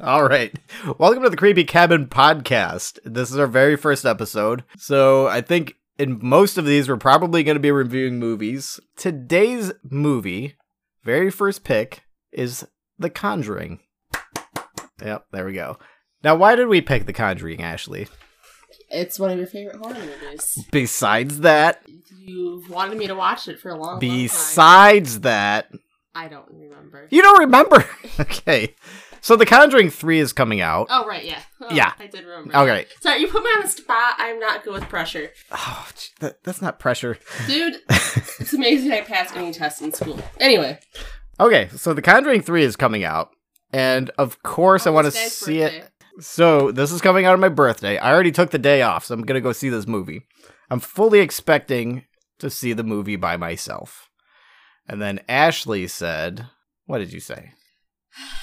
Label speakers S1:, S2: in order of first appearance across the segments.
S1: All right. Welcome to the Creepy Cabin podcast. This is our very first episode. So, I think in most of these, we're probably going to be reviewing movies. Today's movie, very first pick, is The Conjuring. Yep, there we go. Now, why did we pick The Conjuring, Ashley?
S2: It's one of your favorite horror movies.
S1: Besides that,
S2: You've wanted me to watch it for a long, long time.
S1: besides that,
S2: I don't remember.
S1: you don't remember. okay. So, The Conjuring 3 is coming out.
S2: Oh right, yeah. Oh,
S1: Yeah.
S2: I did remember.
S1: All right.
S2: Sorry, you put me on the spot. I'm not good with pressure,
S1: Oh, gee, that, that's not pressure.
S2: dude. it's amazing I passed any test in school. Anyway,
S1: Okay, so The Conjuring 3 is coming out. And of course, I
S2: on
S1: want to
S2: this guy's
S1: see
S2: birthday.
S1: it. So, this is coming out on my birthday. I already took the day off, so I'm going to go see this movie. I'm fully expecting to see the movie by myself. And then Ashley said, What did you say?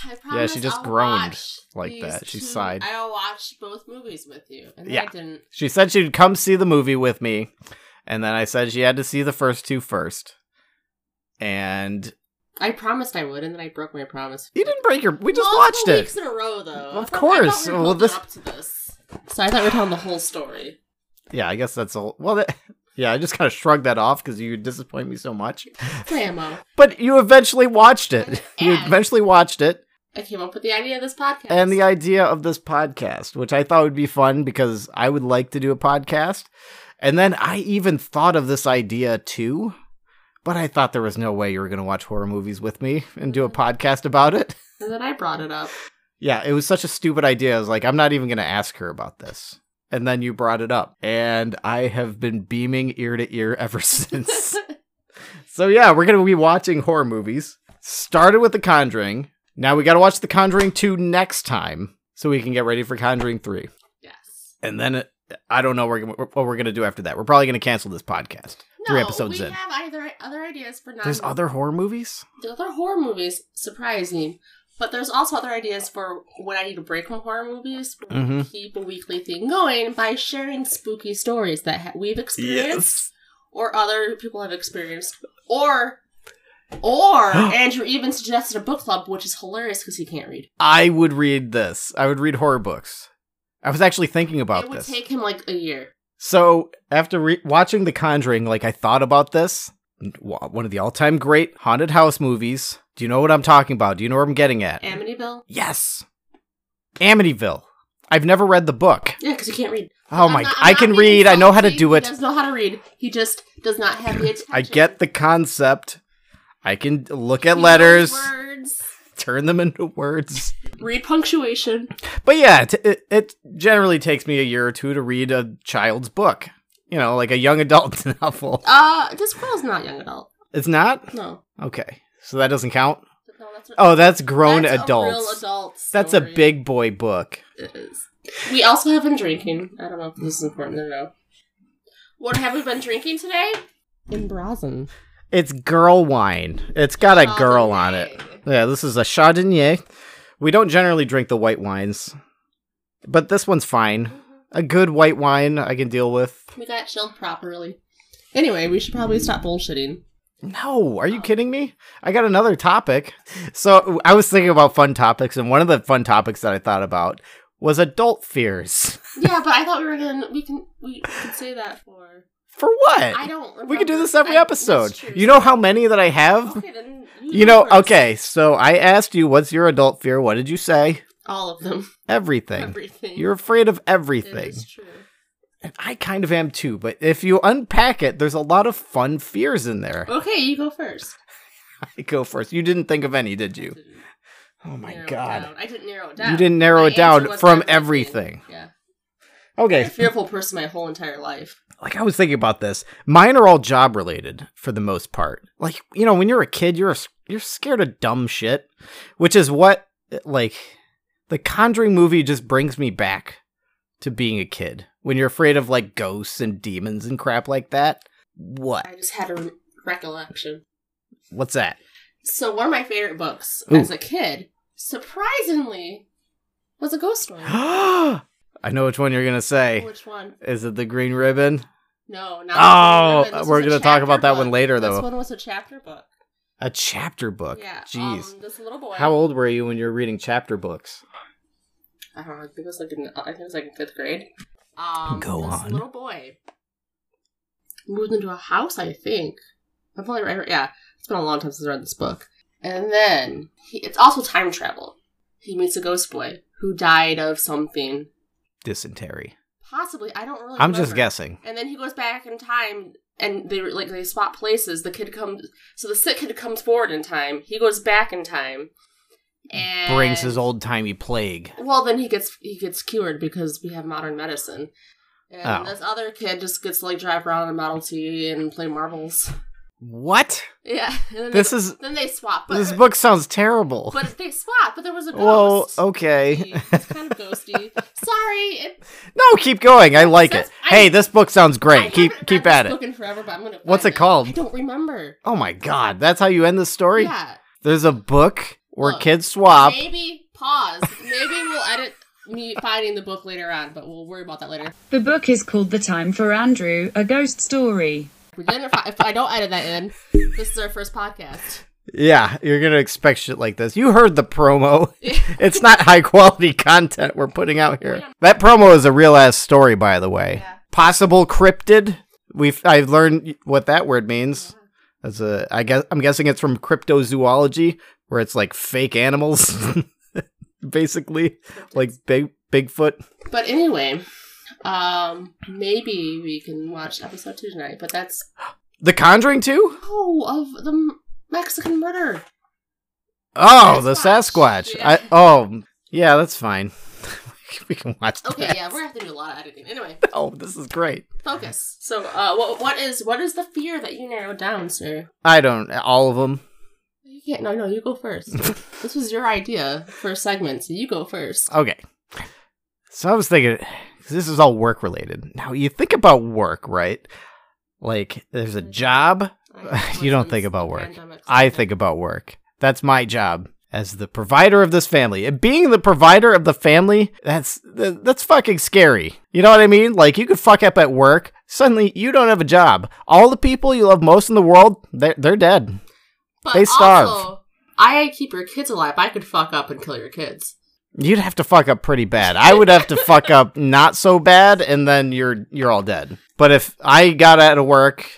S2: I promise
S1: she just
S2: I'll
S1: groaned
S2: watch
S1: like
S2: these
S1: that. She
S2: two-
S1: sighed.
S2: I'll watch both movies with you, and then
S1: Yeah.
S2: I didn't.
S1: She said she'd come see the movie with me. And then I said she had to see the first two first. And
S2: I promised I would, and then I broke my promise.
S1: you didn't break your. We just
S2: Multiple
S1: watched it.
S2: weeks in a row, though.
S1: Of
S2: I thought- I
S1: course.
S2: thought we were
S1: Well,
S2: building
S1: this-
S2: up to this. So I thought we were telling the whole story.
S1: Yeah, I guess that's all. Well, that, yeah, I just kind of shrugged that off because you disappoint me so much.
S2: Grandma,
S1: But you eventually watched it. You
S2: Yeah.
S1: eventually watched it.
S2: I came up with the idea of this podcast.
S1: And the idea of this podcast, which I thought would be fun because I would like to do a podcast. And then I even thought of this idea too. But I thought there was no way you were going to watch horror movies with me and do a podcast about it.
S2: and then I brought it up.
S1: Yeah, it was such a stupid idea. I was like, I'm not even going to ask her about this. And then you brought it up. And I have been beaming ear to ear ever since. So yeah, we're gonna be watching horror movies. Started with The Conjuring. Now we gotta watch The Conjuring 2 next time, so we can get ready for Conjuring 3.
S2: yes.
S1: And then it, I don't know we're, what we're gonna do after that. We're probably gonna cancel this podcast.
S2: No,
S1: Three episodes
S2: we
S1: in.
S2: have either other ideas for non.
S1: There's other horror movies.
S2: There's other horror movies. Surprising, but there's also other ideas for when I need a break from horror movies.
S1: Mhm.
S2: Keep a weekly thing going by sharing spooky stories that ha- we've experienced, or other people have experienced, or. Or Andrew even suggested a book club, which is hilarious because he can't read.
S1: I would read this. I would read horror books. I was actually thinking
S2: it
S1: about
S2: would
S1: this.
S2: take him like a year.
S1: So after re- watching The Conjuring, like I thought about this. Wa- One of the all-time great haunted house movies. Do you know what I'm talking about? Do you know where I'm getting at?
S2: Amityville?
S1: Yes. Amityville. I've never read the book.
S2: Yeah, because he can't read.
S1: Oh
S2: I'm
S1: my!
S2: not- I'm
S1: I
S2: not
S1: can
S2: being
S1: read. I know how to
S2: insulting.
S1: do it.
S2: He does know how to read. He just does not have the attention.
S1: I get the concept. I can look
S2: He
S1: at
S2: knows
S1: letters,
S2: words,
S1: turn them into words.
S2: read punctuation.
S1: But yeah, t- it, it generally takes me a year or two to read a child's book. You know, like a young adult novel.
S2: Uh, this girl's not young adult.
S1: It's not
S2: No.
S1: okay. So that doesn't count.
S2: No, that's what-
S1: Oh, that's grown
S2: that's
S1: adults.
S2: A real adult
S1: that's a
S2: story.
S1: big boy book.
S2: It is. We also have been drinking. I don't know if this is important to know. What have we been drinking today? Embrazen.
S1: It's girl wine. It's got a
S2: Oh,
S1: girl on it. Yeah, this is a Chardonnay. We don't generally drink the white wines, but this one's fine. A good white wine I can deal with.
S2: We got chilled properly. Anyway, we should probably stop bullshitting.
S1: No, are you kidding me? I got another topic. So I was thinking about fun topics, and one of the fun topics that I thought about was adult fears.
S2: Yeah, but I thought we were gonna we can we could say that for
S1: For what?
S2: I don't. Remember.
S1: We could do this every
S2: I-
S1: episode.
S2: that's true. Oh,
S1: You know how many that I have?
S2: Okay, then
S1: You know,
S2: first.
S1: okay, so I asked you, what's your adult fear? What did you say?
S2: All of them.
S1: Everything.
S2: Everything.
S1: You're afraid of
S2: It
S1: everything.
S2: is true.
S1: And I kind of am too, but if you unpack it, there's a lot of fun fears in there.
S2: Okay, you go first.
S1: I go first. You didn't think of any, did you?
S2: I didn't
S1: Oh my
S2: narrow it
S1: god.
S2: down. I didn't narrow it down.
S1: You didn't narrow
S2: My
S1: it down
S2: answer was
S1: from everything.
S2: everything. Yeah. I'm a
S1: Okay.
S2: fearful person my whole entire life.
S1: Like I was thinking about this. Mine are all job related for the most part. Like, you know, when you're a kid, you're a, you're scared of dumb shit, which is what like the Conjuring movie just brings me back to being a kid. When you're afraid of like ghosts and demons and crap like that. What?
S2: I just had a re- recollection.
S1: What's that?
S2: So one of my favorite books
S1: Ooh.
S2: as a kid, surprisingly, was a ghost story.
S1: I know which one you're going to say.
S2: Which one?
S1: Is it the green ribbon?
S2: No, not.
S1: Oh,
S2: This was
S1: we're
S2: a
S1: gonna talk about
S2: chapter
S1: that one
S2: book.
S1: later, though.
S2: This one was a chapter book.
S1: A chapter book.
S2: Yeah.
S1: Jeez.
S2: Um, this little boy.
S1: How old were you when you were reading chapter books?
S2: I don't know. I think it was like in, I think it was like in fifth grade. Um,
S1: Go
S2: this
S1: on.
S2: little boy moved into a house. I think. I've only read. Yeah, it's been a long time since I read this book. And then he, it's also time travel. He meets a ghost boy who died of something.
S1: Dysentery.
S2: Possibly, I don't really.
S1: I'm just
S2: remember.
S1: guessing.
S2: And then he goes back in time, and they were- like they swap places. The kid comes, so the sick kid comes forward in time. He goes back in time, and
S1: Brings his old timey plague.
S2: Well, then he gets he gets cured because we have modern medicine. And
S1: Oh.
S2: this other kid just gets to, like drive around in a Model T and play marbles.
S1: What?
S2: Yeah. And then
S1: This
S2: they,
S1: is
S2: then they swap, but
S1: this book sounds terrible.
S2: but they swap. But there was a
S1: Well,
S2: ghost.
S1: okay.
S2: It's kind of ghosty. Sorry. It,
S1: No, keep going. I like
S2: That's-
S1: it.
S2: I-
S1: hey, this book sounds
S2: I
S1: great. Keep
S2: haven't
S1: keep
S2: read
S1: at
S2: this
S1: it.
S2: book in forever, but I'm gonna
S1: What's
S2: find
S1: it called?
S2: I don't remember.
S1: Oh my god, that's how you end the story?
S2: Yeah.
S1: There's a book where
S2: Look,
S1: kids swap.
S2: Maybe pause. Maybe we'll edit me finding the book later on, but we'll worry about that later.
S3: The book is called The Time for Andrew, a ghost story.
S2: If we didn't, if I, if I don't edit that in, this is our first podcast.
S1: Yeah, you're going to expect shit like this. You heard the promo. it's not high quality content we're putting out here. That promo is a real ass story by the way.
S2: Yeah.
S1: Possible cryptid? We have I've learned what that word means. As a I guess I'm guessing it's from cryptozoology where it's like fake animals basically like big Bigfoot.
S2: But anyway, um, maybe we can watch episode two tonight. But that's
S1: The Conjuring too?
S2: oh of the M- Mexican murder.
S1: Oh, the
S2: Sasquatch.
S1: Sasquatch.
S2: Yeah.
S1: I oh yeah, that's fine. we can watch
S2: Okay,
S1: that.
S2: yeah, we're gonna have to do a lot of editing. Anyway,
S1: Oh, this is great.
S2: focus. So, uh, what what is what is the fear that you narrowed down, sir?
S1: I don't all of them.
S2: You can't. No, no, you go first. this was your idea for a segment, so you go first.
S1: Okay. So I was thinking 'cause this is all work related. Now you think about work, right? Like there's a job. You don't think about work. I think about work. That's my job as the provider of this family. And being the provider of the family, that's th- that's fucking scary. You know what I mean? Like you could fuck up at work, suddenly you don't have a job. All the people you love most in the world, they're, they're dead.
S2: But
S1: they starve.
S2: Also, I keep your kids alive. I could fuck up and kill your kids.
S1: You'd have to fuck up pretty bad. I would have to fuck up not so bad, and then you're you're all dead. But if I got out of work,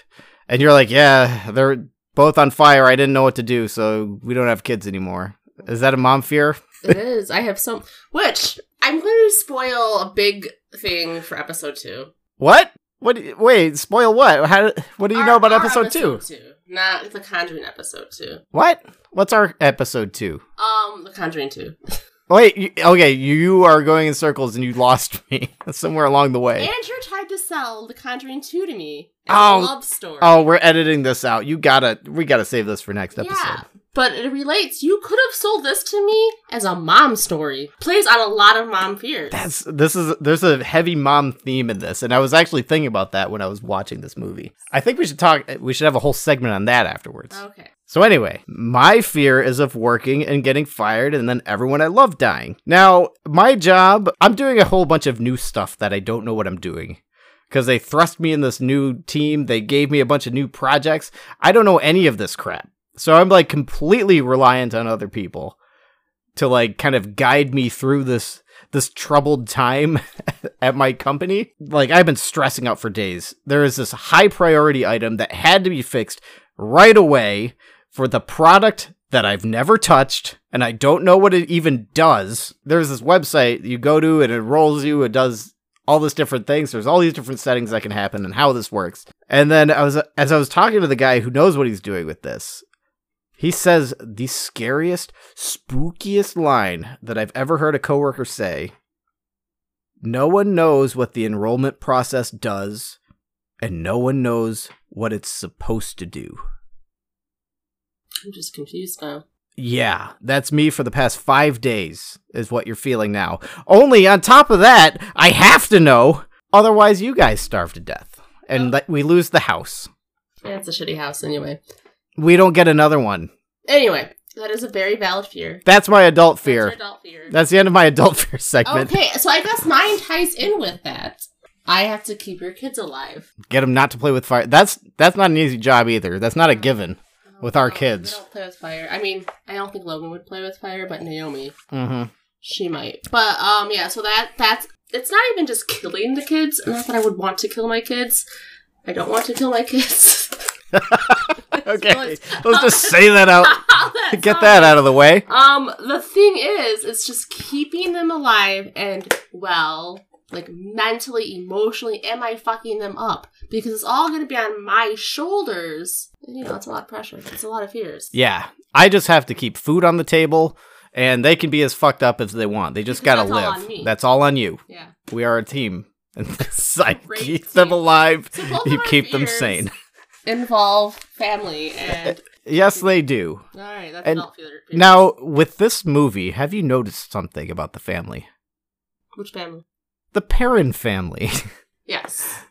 S1: and you're like, yeah, they're both on fire. I didn't know what to do, so we don't have kids anymore. Is that a mom fear?
S2: It is. I have some. Which I'm going to spoil a big thing for episode two.
S1: What? What? do you- Wait, spoil what? How? What do you know
S2: Our-
S1: about
S2: our
S1: episode, two?
S2: two? Not the Conjuring episode two.
S1: What? What's our episode two?
S2: Um, the Conjuring two.
S1: Wait. You, okay, you are going in circles, and you lost me somewhere along the way.
S2: Andrew tried to sell the Conjuring two to me. As
S1: Oh.
S2: a love story.
S1: Oh, we're editing this out. You gotta. We gotta save this for next episode.
S2: Yeah, but it relates. You could have sold this to me as a mom story. Plays on a lot of mom fears.
S1: That's this is there's a heavy mom theme in this, and I was actually thinking about that when I was watching this movie. I think we should talk. We should have a whole segment on that afterwards.
S2: okay.
S1: So anyway, my fear is of working and getting fired and then everyone I love dying. Now, my job, I'm doing a whole bunch of new stuff that I don't know what I'm doing. Because they thrust me in this new team, they gave me a bunch of new projects. I don't know any of this crap. So I'm like completely reliant on other people to like kind of guide me through this this troubled time at my company. Like I've been stressing out for days. There is this high priority item that had to be fixed right away for the product that I've never touched and I don't know what it even does. There's this website you go to and it rolls you, it does all this different things. There's all these different settings that can happen and how this works. And then I was as I was talking to the guy who knows what he's doing with this, he says the scariest, spookiest line that I've ever heard a coworker say. No one knows what the enrollment process does, and no one knows what it's supposed to do.
S2: I'm just confused now.
S1: Yeah, that's me for the past five days, is what you're feeling now. Only on top of that, I have to know, otherwise, you guys starve to death,
S2: Oh.
S1: and that we lose the house.
S2: Yeah, it's a shitty house anyway.
S1: We don't get another one.
S2: Anyway, that is a very valid fear.
S1: That's my adult fear.
S2: That's your adult fear.
S1: That's the end of my adult fear segment.
S2: Okay, so I guess mine ties in with that. I have to keep your kids alive.
S1: Get him not to play with fire. That's that's not an easy job either. That's not a given. with our
S2: No,
S1: kids.
S2: They don't play with fire. I mean, I don't think Logan would play with fire, but Naomi,
S1: Mm-hmm.
S2: she might. But um, yeah. So that that's it's not even just killing the kids. Not that I would want to kill my kids. I don't want to kill my kids.
S1: Okay, let's just say that out.
S2: That's
S1: Get
S2: all.
S1: that out of the way.
S2: Um, the thing is, it's just keeping them alive and well, like mentally, emotionally, am I fucking them up? Because it's all gonna be on my shoulders. And, You know, it's a lot of pressure. It's a lot of fears.
S1: Yeah, I just have to keep food on the table, and they can be as fucked up as they want. They just
S2: Because
S1: gotta
S2: that's all
S1: live.
S2: on me.
S1: that's all on you.
S2: Yeah.
S1: We are a team, and this- I
S2: Great
S1: keep
S2: team.
S1: them alive.
S2: So both of
S1: you
S2: our
S1: keep them
S2: fears
S1: sane.
S2: Involve family and
S1: Yes, they do.
S2: all right. That's
S1: And
S2: not fear. fear.
S1: Now, with this movie, have you noticed something about the family?
S2: which family?
S1: The Perrin family.
S2: Yes.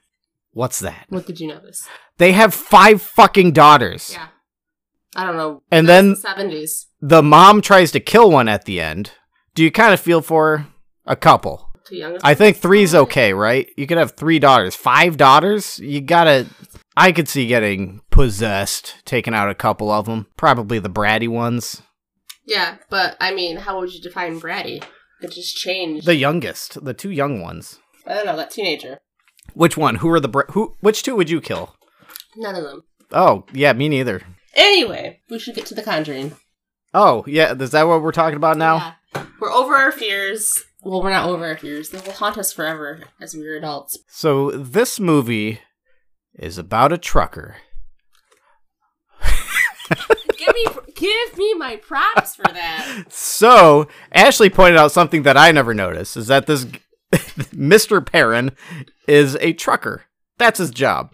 S1: What's that?
S2: What did you notice?
S1: They have five fucking daughters.
S2: Yeah. I don't know.
S1: And then
S2: Seventies.
S1: the mom tries to kill one at the end. Do you kind of feel for her? A couple.
S2: Too young.
S1: I think three's okay, right? You can have three daughters. Five daughters? You gotta. I could see getting possessed, taking out a couple of them. Probably the bratty ones.
S2: Yeah, but I mean, how would you define bratty? It just changed.
S1: The youngest, the two young ones.
S2: I don't know that teenager.
S1: Which one? Who are the bra- who? Which two would you kill?
S2: None of them.
S1: Oh, yeah, me neither.
S2: Anyway, we should get to the conjuring.
S1: Oh, yeah, is that what we're talking about now?
S2: Yeah. We're over our fears. Well, we're not over our fears. They will haunt us forever as we are adults.
S1: So this movie is about a trucker.
S2: give me, give me my props for that.
S1: So Ashley pointed out something that I never noticed is that this Mr. Perrin is a trucker. That's his job.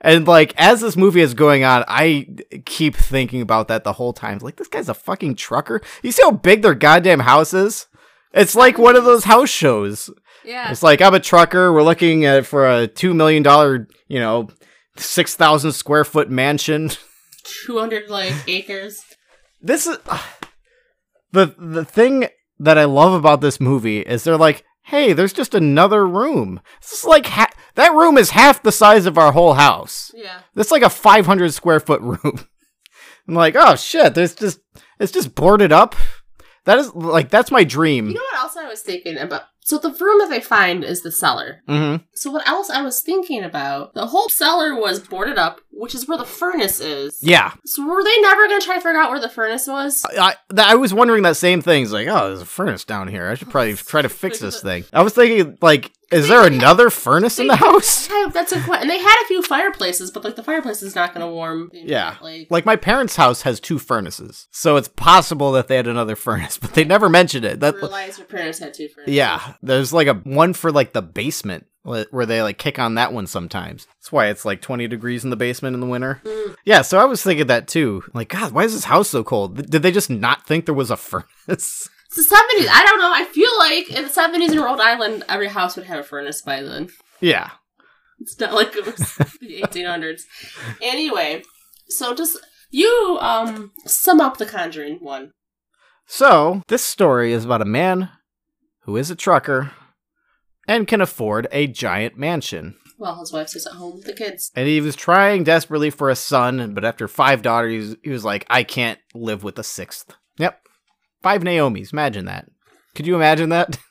S1: And like as this movie is going on, I keep thinking about that the whole time. Like this guy's a fucking trucker. You see how big their goddamn house is? It's like one of those house shows.
S2: Yeah.
S1: It's like I'm a trucker. We're looking at for a two million dollar, you know, six thousand square foot mansion.
S2: 200 like acres.
S1: this is the the thing that I love about this movie is they're like, hey, there's just another room. This is like ha- that room is half the size of our whole house.
S2: Yeah.
S1: That's like a 500 square foot room. I'm like, oh shit, there's just it's just boarded up. That is like that's my dream.
S2: You know what else I was thinking about? So the room that they find is the cellar.
S1: mm-hmm.
S2: So what else I was thinking about? The whole cellar was boarded up, which is where the furnace is.
S1: Yeah,
S2: So were they never gonna try to figure out where the furnace was?
S1: I, I, th- I was wondering that same thing. It's like, oh, there's a furnace down here. I should probably try to fix this thing. I was thinking, like, is there another furnace in the house?
S2: Yeah, that's a question. And they had a few fireplaces, but like the fireplace is not gonna warm.
S1: Yeah.
S2: Like,
S1: Like my parents' house has two furnaces, so it's possible that they had another furnace, but they never mentioned it. That
S2: realize your parents had two furnaces.
S1: yeah, there's like a one for like the basement wh- where they like kick on that one sometimes. That's why it's like 20 degrees in the basement in the winter. Yeah, so I was thinking that too. Like, God, why is this house so cold? Th- Did they just not think there was a furnace?
S2: It's the seventies. I don't know. I feel like in the seventies in Rhode Island, every house would have a furnace by then.
S1: yeah,
S2: It's not like it was the eighteen hundreds. Anyway, so just you um sum up the Conjuring one.
S1: So, this story is about a man who is a trucker and can afford a giant mansion.
S2: Well, his wife stays at home with the kids.
S1: And he was trying desperately for a son, but after five daughters, he was like, I can't live with a sixth. Yep. Five Naomi's. Imagine that. Could you imagine that?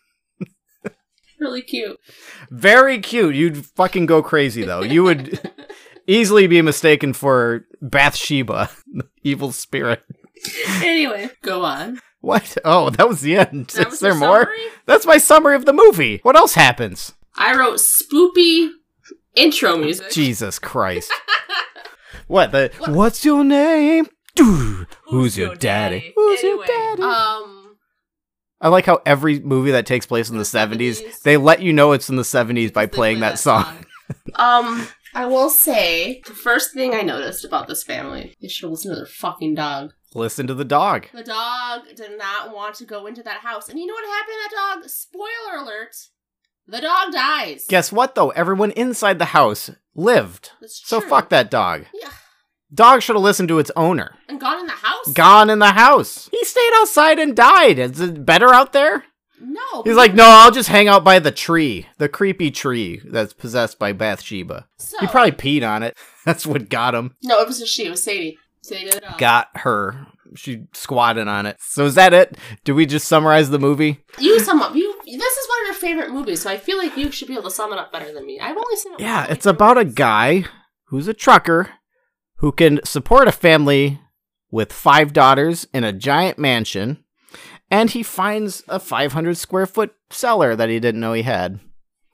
S2: Really cute.
S1: Very cute. You'd fucking go crazy, though. You would easily be mistaken for Bathsheba, the evil spirit.
S2: Anyway, go on.
S1: What? Oh, that was the end.
S2: That
S1: Is
S2: was
S1: there
S2: your
S1: more?
S2: summary?
S1: That's my summary of the movie. What else happens?
S2: I wrote spoopy intro music.
S1: Jesus Christ. what the What's your name? Dude, who's your daddy? Who's your
S2: Anyway,
S1: daddy?
S2: Um,
S1: I like how every movie that takes place in the 70s,
S2: 70s.
S1: they let you know it's in the 70s by
S2: they
S1: playing
S2: play
S1: that, song.
S2: um, I will say the first thing I noticed about this family, they should listen to their fucking dog.
S1: Listen to the dog.
S2: The dog did not want to go into that house, and you know what happened to that dog? Spoiler alert: the dog dies.
S1: Guess what though? Everyone inside the house lived.
S2: That's
S1: So
S2: true.
S1: fuck that dog.
S2: Yeah,
S1: Dog should have listened to its owner.
S2: and gone in the house.
S1: Gone in the house. He stayed outside and died. Is it better out there?
S2: no,
S1: He's like, no, I'll just hang out by the tree, the creepy tree that's possessed by Bathsheba.
S2: So,
S1: He probably peed on it. That's what got him.
S2: no. It was just she. It was Sadie. Save it up.
S1: got her. She squatted on it. So is that it? Do we just summarize the movie?
S2: You sum up. You. This is one of your favorite movies, so I feel like you should be able to sum it up better than me. I've only seen it.
S1: Yeah, it's about a guy who's a trucker who can support a family with five daughters in a giant mansion, and he finds a 500 square foot cellar that he didn't know he had.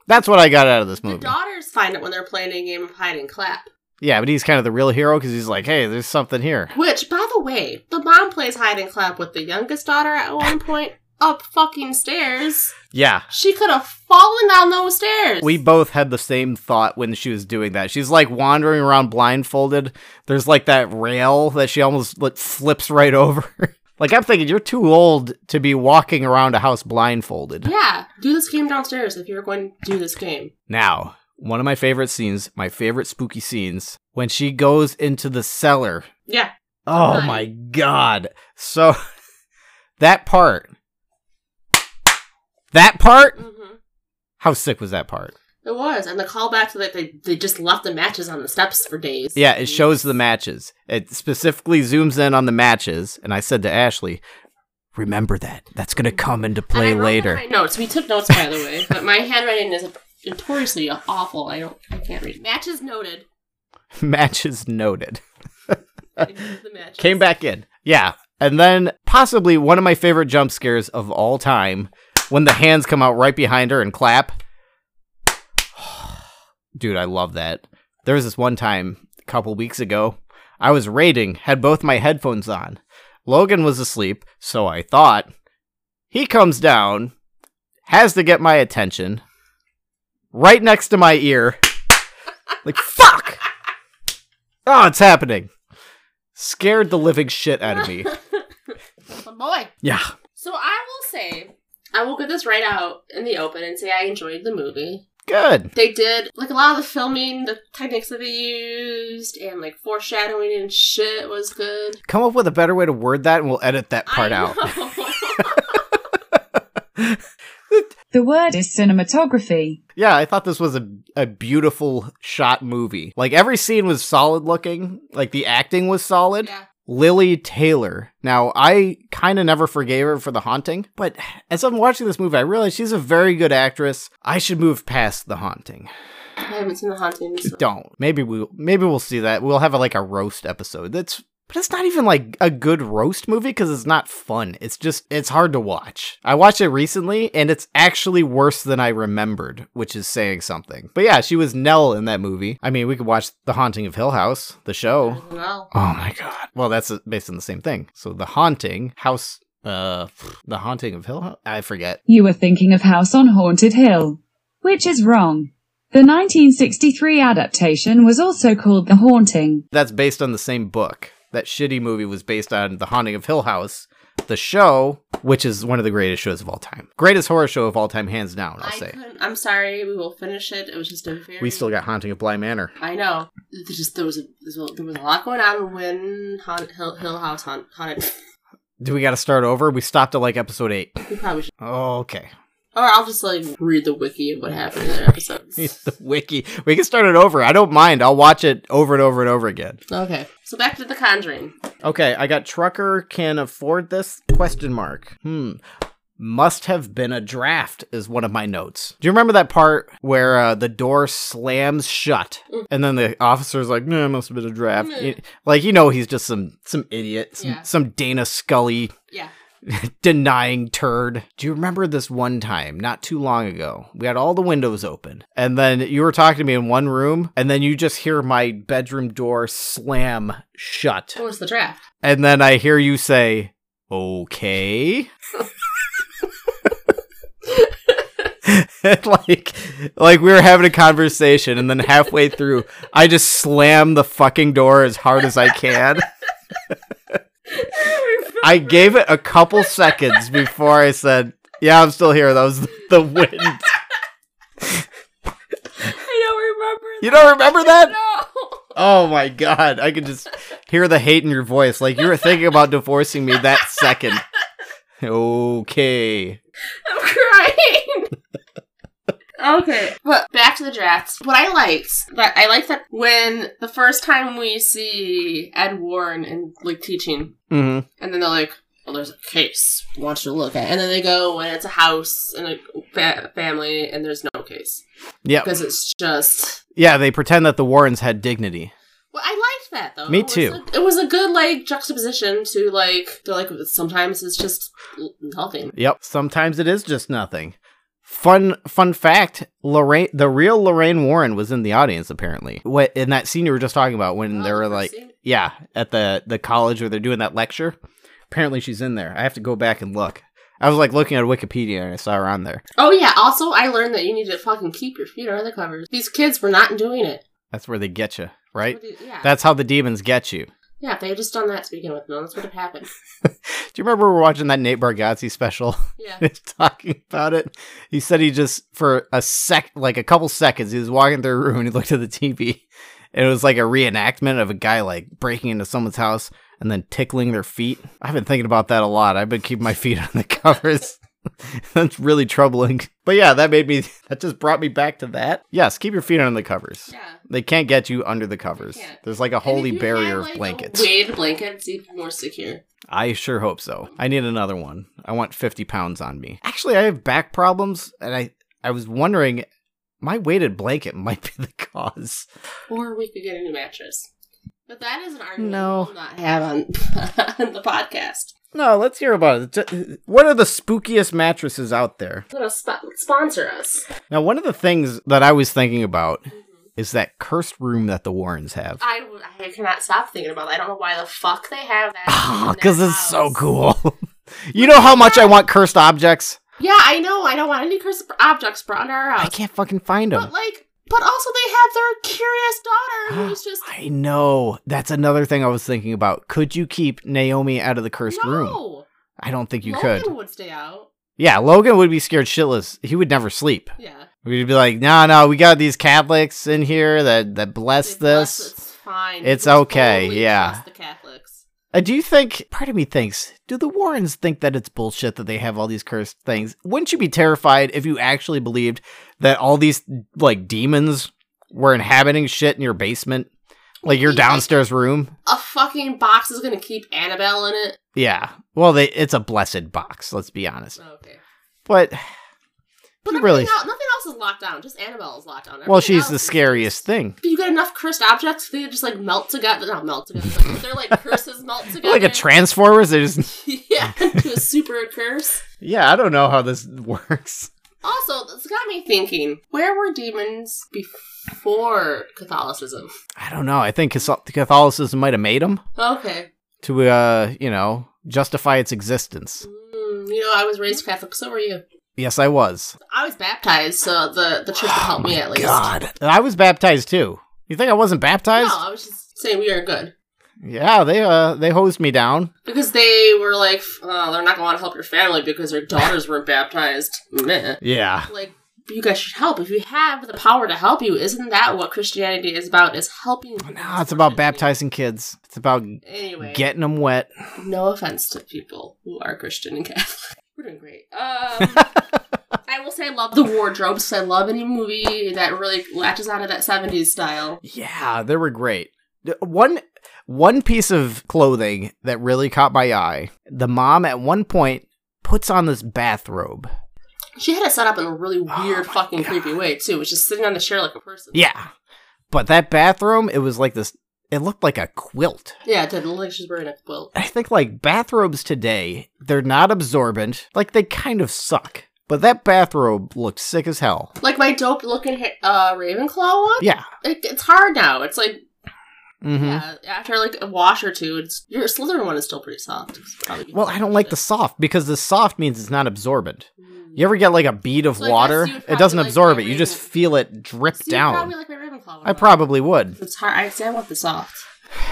S1: That's what I got out of this
S2: The
S1: movie.
S2: daughters find it when they're playing a game of hide and clap.
S1: Yeah, but he's kind of the real hero because he's like, hey, there's something here.
S2: Which, by the way, the mom plays hide and clap with the youngest daughter at one point up fucking stairs.
S1: Yeah.
S2: She could have fallen down those stairs.
S1: We both had the same thought when she was doing that. She's like wandering around blindfolded. There's like that rail that she almost like, flips right over. like I'm thinking, you're too old to be walking around a house blindfolded.
S2: Yeah, do this game downstairs if you're going to do this game.
S1: Now, one of my favorite scenes, my favorite spooky scenes, when she goes into the cellar.
S2: Yeah.
S1: Oh
S2: Right.
S1: my god. So that part. That part?
S2: Mm-hmm.
S1: How sick was that part?
S2: It was, and the callback to that they they just left the matches on the steps for days.
S1: Yeah, it shows the matches. It specifically zooms in on the matches, and I said to Ashley, "Remember that. That's gonna come into
S2: And I
S1: play
S2: wrote
S1: later."
S2: my Notes. We took notes, by the way, but my handwriting is notoriously awful. I don't. I can't read. Matches noted.
S1: matches noted.
S2: I did the matches.
S1: Came back in. Yeah, and then possibly one of my favorite jump scares of all time when the hands come out right behind her and clap. Dude, I love that. There was this one time a couple weeks ago. I was raiding, had both my headphones on. Logan was asleep, so I thought. He comes down, has to get my attention, right next to my ear. Like, fuck! Oh, it's happening. Scared the living shit out of me.
S2: But boy.
S1: Yeah.
S2: So I will say, I will get this right out in the open and say I enjoyed the movie.
S1: Good.
S2: They did like a lot of the filming, the techniques that they used, and like foreshadowing and shit was good.
S1: Come up with a better way to word that and we'll edit that part
S2: I
S1: out.
S2: know.
S3: The word is cinematography.
S1: Yeah, I thought this was a, a beautiful shot movie. Like every scene was solid looking, like the acting was solid.
S2: yeah.
S1: Lily Taylor. Now, I kind of never forgave her for The Haunting, but as I'm watching this movie, I realize she's a very good actress. I should move past The Haunting.
S2: I haven't seen the haunting. So.
S1: Don't. Maybe we maybe we'll see that. We'll have a, like a roast episode. That's but it's not even like a good roast movie because it's not fun. It's just it's hard to watch. I watched it recently and it's actually worse than I remembered, which is saying something. But yeah, she was Nell in that movie. I mean, we could watch The Haunting of Hill House, the show.
S2: I don't know.
S1: Oh my god. Well, that's uh, based on the same thing. So the haunting house uh the haunting of Hill House? I forget.
S3: You were thinking of House on Haunted Hill. Which is wrong. The 1963 adaptation was also called The Haunting.
S1: That's based on the same book. That shitty movie was based on The Haunting of Hill House, the show, which is one of the greatest shows of all time. Greatest horror show of all time hands down, I'll
S2: I
S1: say.
S2: couldn't. I'm sorry. We will finish it. It was just a very.
S1: We still got Haunting of Bly Manor.
S2: I know. There's Just there was a, there was a lot going on when Haunt, Hill, Hill House haunt, haunted.
S1: Do we got to start over? We stopped at like episode 8.
S2: We probably should.
S1: Oh, okay.
S2: Or I'll just like read the wiki of what happened in the episodes.
S1: the wiki. We can start it over. I don't mind. I'll watch it over and over and over again.
S2: okay. So back to The Conjuring.
S1: Okay, I got trucker can afford this question mark. Hmm. Must have been a draft is one of my notes. Do you remember that part where uh, the door slams shut and then the officer's like, "No, it must have been a draft."
S2: Mm.
S1: You- like you know, he's just some some idiot, some,
S2: Yeah.
S1: some Dana Scully
S2: Yeah.
S1: denying turd. Do you remember this one time not too long ago? We had all the windows open, and then you were talking to me in one room, and then you just hear my bedroom door slam shut.
S2: What was the draft?
S1: And then I hear you say, okay. And, like like we were having a conversation and then halfway through I just slam the fucking door as hard as I can. I gave it a couple seconds before I said, "Yeah, I'm still here. That was the wind."
S2: I
S1: You don't remember that?
S2: No.
S1: Oh my god, I could just hear the hate in your voice. Like you were thinking about divorcing me that second. Okay.
S2: I'm crying. Okay, but back to the drafts. What I liked that I liked that when the first time we see Ed Warren and like teaching,
S1: Mm-hmm.
S2: and then they're like, "Well, there's a case. I want you to look at," it. and then they go and it's a house and a fa- family, and there's no case
S1: Yeah.
S2: because it's just.
S1: Yeah, they pretend that the Warrens had dignity.
S2: Well, I liked that though.
S1: Me
S2: It was
S1: too.
S2: a- it was a good like juxtaposition to like they're like sometimes it's just nothing.
S1: Yep. Sometimes it is just nothing. Fun fun fact, Lorraine the real Lorraine Warren was in the audience apparently. What in that scene you were just talking about when
S2: Oh,
S1: they were
S2: the
S1: like
S2: first scene?
S1: Yeah, at the the college where they're doing that lecture. Apparently she's in there. I have to go back and look. I was like looking at Wikipedia and I saw her on there.
S2: Oh yeah. Also, I learned that you need to fucking keep your feet under the covers. These kids were not doing it.
S1: That's where they get you, right?
S2: Yeah.
S1: That's how the demons get you.
S2: yeah. If they had just done that to begin with, none of this would have happened.
S1: Do you remember we were watching that Nate Bargatze special?
S2: Yeah.
S1: talking about it. He said he just for a sec, like a couple seconds, he was walking through a room and he looked at the TV, and it was like a reenactment of a guy like breaking into someone's house and then tickling their feet. I've been thinking about that a lot. I've been keeping my feet on the covers. That's really troubling. But yeah, that made me. That just brought me back to that. Yes, keep your feet on the covers.
S2: Yeah.
S1: They can't get you under the covers.
S2: can't.
S1: There's like a holy
S2: And if you
S1: barrier
S2: had,
S1: of
S2: like, a
S1: blankets.
S2: Weighted blanket, it's even more secure.
S1: I sure hope so. I need another one. I want 50 pounds on me. Actually, I have back problems, and I, I was wondering, my weighted blanket might be the cause.
S2: Or we could get a new mattress. But that is an argument
S1: No.
S2: we will not have on, on the podcast.
S1: No, let's hear about it. Ju- What are the spookiest mattresses out there?
S2: Gonna sp- sponsor us.
S1: Now, one of the things that I was thinking about is that cursed room that the Warrens have.
S2: I, w- I cannot stop thinking about that. I don't know why the fuck they have that. in their
S1: Because Ah, it's so
S2: house.
S1: cool. you know how much I want cursed objects?
S2: Yeah, I know. I don't want any cursed objects brought into our
S1: I
S2: house.
S1: can't fucking find them.
S2: But like, but also they have their curious daughter who's just
S1: I know. That's another thing I was thinking about. Could you keep Naomi out of the cursed
S2: no.
S1: room? I don't think you
S2: Logan
S1: could.
S2: would stay out.
S1: Yeah, Logan would be scared shitless. He would never sleep.
S2: Yeah.
S1: We'd be like, no, no, we got these Catholics in here that that bless
S2: They bless,
S1: this.
S2: It's fine.
S1: It's
S2: We
S1: okay,
S2: totally
S1: yeah.
S2: trust The Catholics.
S1: I Uh, do think part of me thinks, do the Warrens think that it's bullshit that they have all these cursed things? Wouldn't you be terrified if you actually believed that all these like demons were inhabiting shit in your basement, like your
S2: Yeah, like-
S1: downstairs room?
S2: A fucking box is gonna keep Annabelle in it.
S1: Yeah. Well, they, it's a blessed box. Let's be honest.
S2: Okay.
S1: But You
S2: But nothing,
S1: really-
S2: else, nothing else is locked down. Just Annabelle is locked down.
S1: well,
S2: Everything
S1: she's
S2: else
S1: the
S2: is-
S1: scariest thing.
S2: But you got enough cursed objects, they just like melt together. Not melt together. But they're like curses melt together.
S1: Like a Transformers, they just
S2: yeah, to a super curse.
S1: Yeah, I don't know how this works.
S2: Also, this got me thinking: Where were demons before Catholicism?
S1: I don't know. I think Cathol- Catholicism might have made him
S2: Okay,
S1: to, uh, you know, justify its existence.
S2: Mm, you know, I was raised Catholic. So were you.
S1: Yes, I was.
S2: I was baptized, so the the church helped me Oh, at least.
S1: And I was baptized too. You think I wasn't
S2: No,
S1: baptized?
S2: I was just saying we are good
S1: Yeah, they uh they hosed me down.
S2: because they were like, f- oh, they're not going to want to help your family because their daughters weren't baptized. Meh.
S1: Yeah.
S2: Like, you guys should help if you have the power to help you. Isn't that what Christianity is about? Is helping?
S1: No, it's about baptizing kids. It's about
S2: Anyway,
S1: getting them wet.
S2: no offense to people who are Christian and Catholic. We're doing great. Um, I will say I love the wardrobes. I love any movie that really latches onto that 70s style.
S1: Yeah, they were great. The- One one piece of clothing that really caught my eye. The mom at one point puts on this bathrobe.
S2: She had it set up in a really weird,
S1: Oh my
S2: fucking
S1: God.
S2: creepy way, too. It was just sitting on the chair like a person.
S1: Yeah. But that bathroom, it was like this it looked like a quilt.
S2: Yeah, it did look like she's wearing a quilt.
S1: I think like bathrobes today, they're not absorbent. Like they kind of suck. But that bathrobe looked sick as hell.
S2: Like my dope looking ha- uh, Ravenclaw one?
S1: Yeah.
S2: It, it's hard now. It's like,
S1: Mm-hmm.
S2: yeah, after like a wash or two, it's, your Slytherin one is still pretty soft. It's probably-
S1: Well, I don't like the soft because the soft means it's not absorbent.
S2: Mm.
S1: You ever get like a bead of
S2: So I guess
S1: water?
S2: you'd
S1: It
S2: probably
S1: doesn't
S2: like
S1: absorb
S2: my
S1: it. You just
S2: Ravenclaw.
S1: feel it drip
S2: See, you
S1: down.
S2: probably like my Ravenclaw one.
S1: I
S2: though.
S1: probably would.
S2: It's hard. I see. I want the soft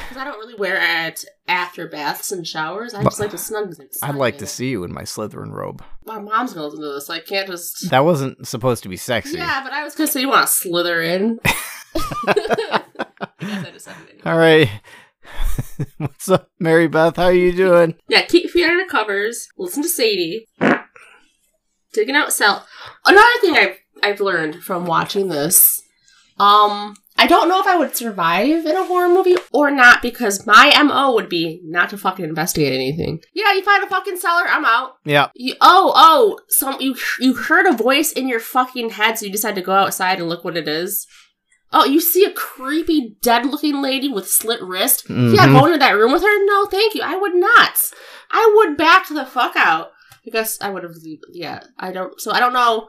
S2: because I don't really wear it after baths and showers. I just like to snug.
S1: I'd like to see you in my Slytherin robe.
S2: My mom's gonna listen to this. I can't just.
S1: That wasn't supposed to be sexy.
S2: Yeah, but I was gonna say you want to slither in. I guess I just said it anyway.
S1: All right. What's up, Mary Beth? How you doing?
S2: Yeah, keep feet under covers. Listen to Sadie. Digging out cell. Another thing I've I've learned from watching this, um, I don't know if I would survive in a horror movie or not because my mo would be not to fucking investigate anything. Yeah, you find a fucking cellar, I'm out.
S1: Yeah.
S2: You, oh, oh, some you you heard a voice in your fucking head, so you decide to go outside and look what it is. Oh, you see a creepy, dead-looking lady with slit wrist. Yeah,
S1: Mhm.
S2: go into that room with her. No, thank you. I would not. I would back the fuck out. I guess I would have. Yeah, I don't. So I don't know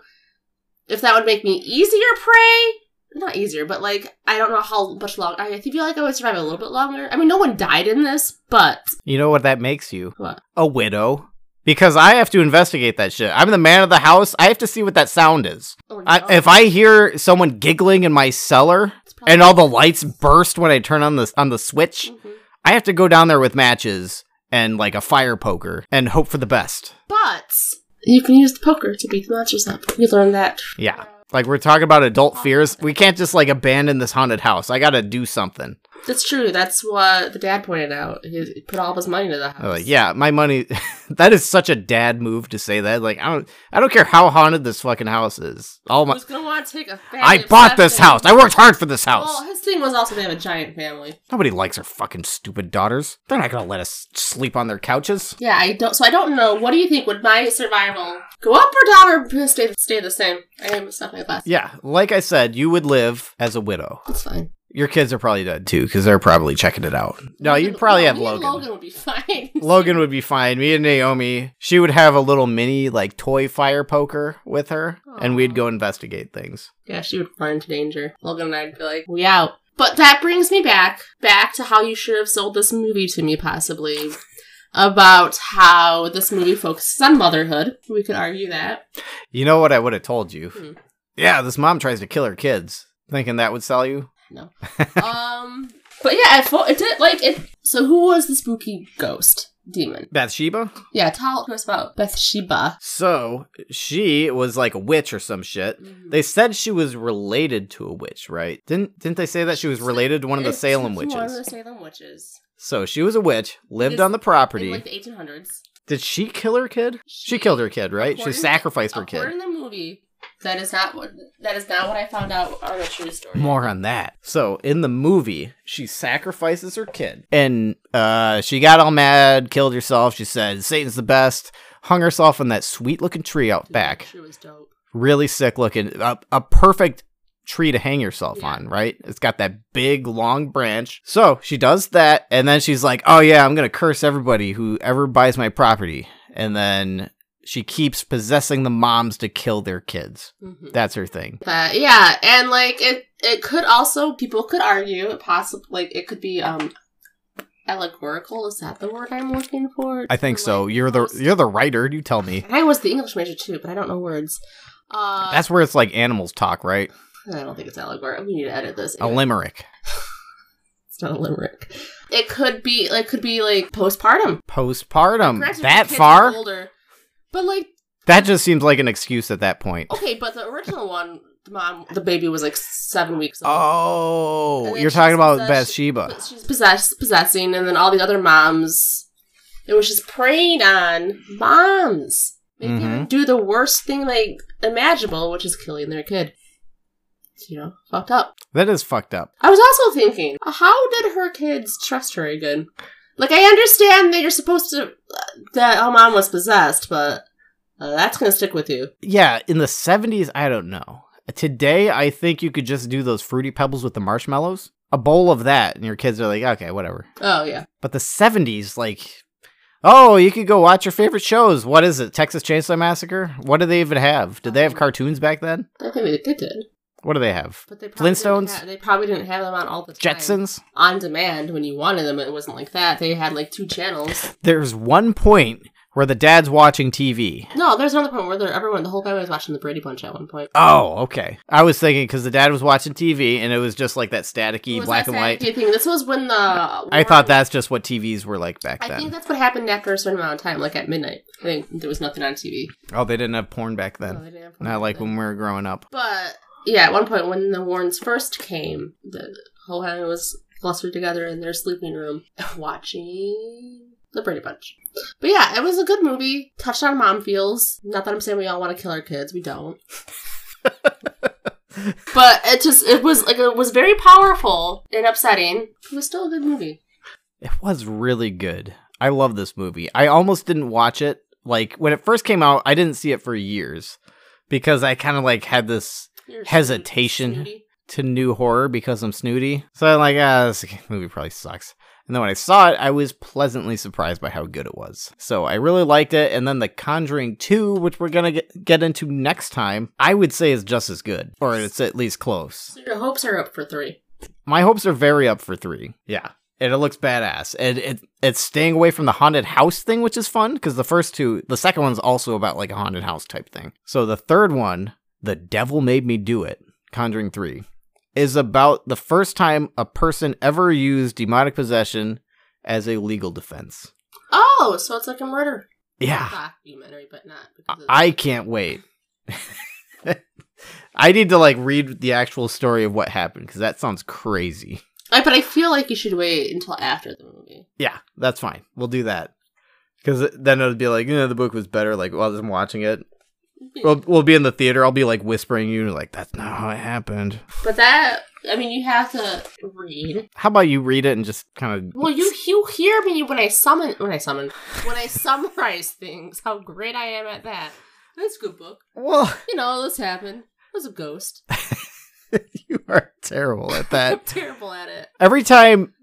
S2: if that would make me easier prey. Not easier, but like I don't know how much longer. I feel like I would survive a little bit longer. I mean, no one died in this, but
S1: You know what that makes you?
S2: What?
S1: A widow. Because I have to investigate that shit. I'm the man of the house. I have to see what that sound is.
S2: oh, no.
S1: I, if I hear someone giggling in my cellar
S2: It's probably-
S1: and all the lights burst when I turn on the on the switch,
S2: Mhm.
S1: I have to go down there with matches and like a fire poker and hope for the best.
S2: but you can use the poker to beat the monsters up. We learned that.
S1: Yeah. Like we're talking about adult fears. We can't just like abandon this haunted house. I got to do something.
S2: That's true. That's what the dad pointed out. He put all of his money into the house.
S1: I'm like, yeah, my money. that is such a dad move to say that. Like, I don't, I don't care how haunted this fucking house is. All my,
S2: Who's gonna want to take a family?
S1: I bought this
S2: obsession?
S1: house. I worked hard for this house.
S2: Well, his thing was also they have a giant family.
S1: Nobody likes our fucking stupid daughters. They're not gonna let us sleep on their couches.
S2: Yeah, I don't. So I don't know. What do you think? Would my survival go up or down or stay stay the same? I am stuck in my class.
S1: Yeah, like I said, you would live as a widow.
S2: That's fine.
S1: Your kids are probably dead too, because they're probably checking it out. No, you'd probably
S2: No,
S1: have
S2: me and
S1: Logan.
S2: Logan would be fine.
S1: Logan would be fine. Me and Naomi, she would have a little mini like toy fire poker with her, and we'd go investigate things.
S2: yeah, she would run into danger. Logan and I'd be like, we out. But that brings me back back to how you should have sold this movie to me, possibly. About how this movie focuses on motherhood. We could argue that.
S1: You know what I would have told you?
S2: Hmm.
S1: Yeah, this mom tries to kill her kids, thinking that would sell you.
S2: um, but yeah, it, fo- it did like it. So who was the spooky ghost demon?
S1: Bathsheba?
S2: Yeah, tell us about Bathsheba.
S1: So she was like a witch or some shit.
S2: Mm-hmm.
S1: They said she was related to a witch, right? Didn't didn't they say that she was related to one of the
S2: It's
S1: Salem
S2: one of the
S1: witches?
S2: Salem witches.
S1: So she was a witch, lived
S2: This-
S1: on the
S2: In
S1: property.
S2: like the 1800s.
S1: Did she kill her kid? She
S2: She-
S1: killed her kid, right? She
S2: according-
S1: sacrificed her
S2: According
S1: kid.
S2: to the movie, that is not what that is not what I found out on the true story.
S1: More on that. So in the movie, she sacrifices her kid, and uh, she got all mad, killed herself. She said Satan's the best. Hung herself on that sweet looking tree out
S2: Dude,
S1: back.
S2: She was dope.
S1: really sick looking a, a perfect tree to hang yourself
S2: Yeah.
S1: on right it's got that big long branch so she does that and then she's like oh yeah i'm gonna curse everybody who ever buys my property and then she keeps possessing the moms to kill their kids
S2: Mhm.
S1: that's her thing
S2: But yeah, and like it, it could also people could argue it possibly like it could be um allegorical. Is that the word I'm looking for?
S1: i think
S2: Like,
S1: so you're the
S2: almost-
S1: you're the writer you tell me
S2: And I was the English major too, but I don't know words. Uh,
S1: that's where it's like animals talk right
S2: I don't think it's allegorical. We need to edit this.
S1: a limerick
S2: It's not a limerick. It could be like could be like postpartum.
S1: postpartum
S2: Granted,
S1: that
S2: kids are
S1: far
S2: older, but like
S1: that just seems like an excuse at that point
S2: okay, but the original one, the mom, the baby was like seven weeks old.
S1: oh
S2: And then
S1: you're
S2: she's
S1: talking about
S2: possessed-
S1: bathsheba
S2: But she's possess- possessing, and then all the other moms. It was just preying on moms. Making them
S1: Mhm.
S2: do the worst thing like imaginable, which is killing their kid. You know, fucked up.
S1: that is fucked up
S2: I was also thinking, how did her kids trust her again? Like, I understand that you're supposed to that oh, mom was possessed, but uh, that's gonna stick with you.
S1: Yeah, in the 70s, I don't know. Today, I think you could just do those fruity pebbles with the marshmallows. A bowl of that, and your kids are like, okay, whatever.
S2: Oh yeah,
S1: But the 70s, like, oh, you could go watch your favorite shows. What is it? Texas Chainsaw Massacre? What did they even have? Did they
S2: Um,
S1: have cartoons back then?
S2: I think they they did,
S1: What do they have?
S2: but they probably
S1: Flintstones?
S2: Didn't have, they probably didn't have them on all the time.
S1: Jetsons?
S2: on demand when you wanted them. It wasn't like that. They had like two channels.
S1: There's one point where the dad's watching TV.
S2: No, there's another point where they're, everyone, the whole family was watching the Brady Bunch at one point.
S1: Oh, okay. I was thinking because the dad was watching TV and it was just like that staticky
S2: It was
S1: black
S2: that
S1: and white.
S2: Saturday Thing. This was when the
S1: I thought that's just what TVs were like back
S2: I
S1: then.
S2: think that's what happened after a certain amount of time, like at midnight. I think there was nothing on TV.
S1: Oh, they didn't have porn back then.
S2: No, Oh, they didn't have porn
S1: Not
S2: back
S1: like
S2: then.
S1: when we were growing up.
S2: But yeah, at one point when the Warrens first came, the whole family was clustered together in their sleeping room watching The Brady Bunch. But yeah, it was a good movie. Touched on mom feels. Not that I'm saying we all want to kill our kids. We don't. but it just it was like it was very powerful and upsetting. It was still a good movie.
S1: It was really good. I love this movie. I almost didn't watch it. Like when it first came out, I didn't see it for years because I kind of like had this
S2: You're
S1: Hesitation.
S2: snooty.
S1: to new horror because I'm snooty. So I'm like, ah, this movie probably sucks. And then when I saw it, I was pleasantly surprised by how good it was. So I really liked it. And then The Conjuring 2, which we're going to get into next time, I would say is just as good, or it's at least close.
S2: So your hopes are up for three.
S1: My hopes are very up for 3. Yeah. And it looks badass. And it, it's staying away from the haunted house thing, which is fun, because the first two, the second one's also about like a haunted house type thing. So the third one, The Devil Made Me Do It, Conjuring 3 is about the first time a person ever used demonic possession as a legal defense.
S2: Oh, so it's like a murder
S1: Yeah,
S2: documentary, but not.
S1: I-
S2: because of-
S1: I can't wait. I need to like read the actual story of what happened because that sounds crazy.
S2: I- but I feel like you should wait until after the movie.
S1: Yeah, that's fine. We'll do that because then it'll be like, you know, the book was better. Like while I'm watching it, we'll, we'll be in the theater. I'll be like whispering you like, that's not how it happened.
S2: But that, I mean, you have to read.
S1: How about you read it and just kind of
S2: Well, you you hear me when I summon when I summon when I summarize things. How great I am at that. That's a good book.
S1: well,
S2: You know, this happened. It was a ghost.
S1: you are terrible at
S2: I'm
S1: that.
S2: terrible at it.
S1: every time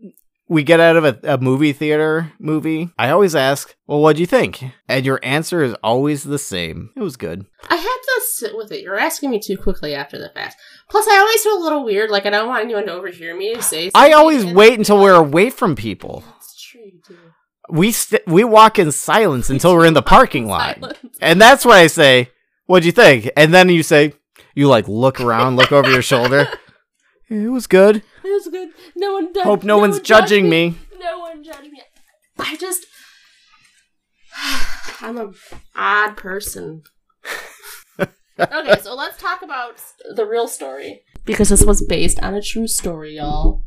S1: we get out of a, a movie theater movie, I always ask, "Well, what do you think?" And your answer is always the same. It was good.
S2: I had to sit with it. You're asking me too quickly after the fact. Plus, I always feel a little weird. Like I don't want anyone to overhear me say.
S1: I
S2: something
S1: always
S2: and-
S1: wait until we're away from people.
S2: That's true. You do.
S1: We st- we walk in silence until we're in the parking lot,
S2: Silence.
S1: and that's when I say, "What'd you think?" And then you say, "You like look around, look over your shoulder." It was good.
S2: It was good. No one. Judged,
S1: Hope no, one's
S2: one judged
S1: judging me.
S2: No one judged me. I just. I'm a odd person. okay, so let's talk about the real story because this was based on a true story, y'all.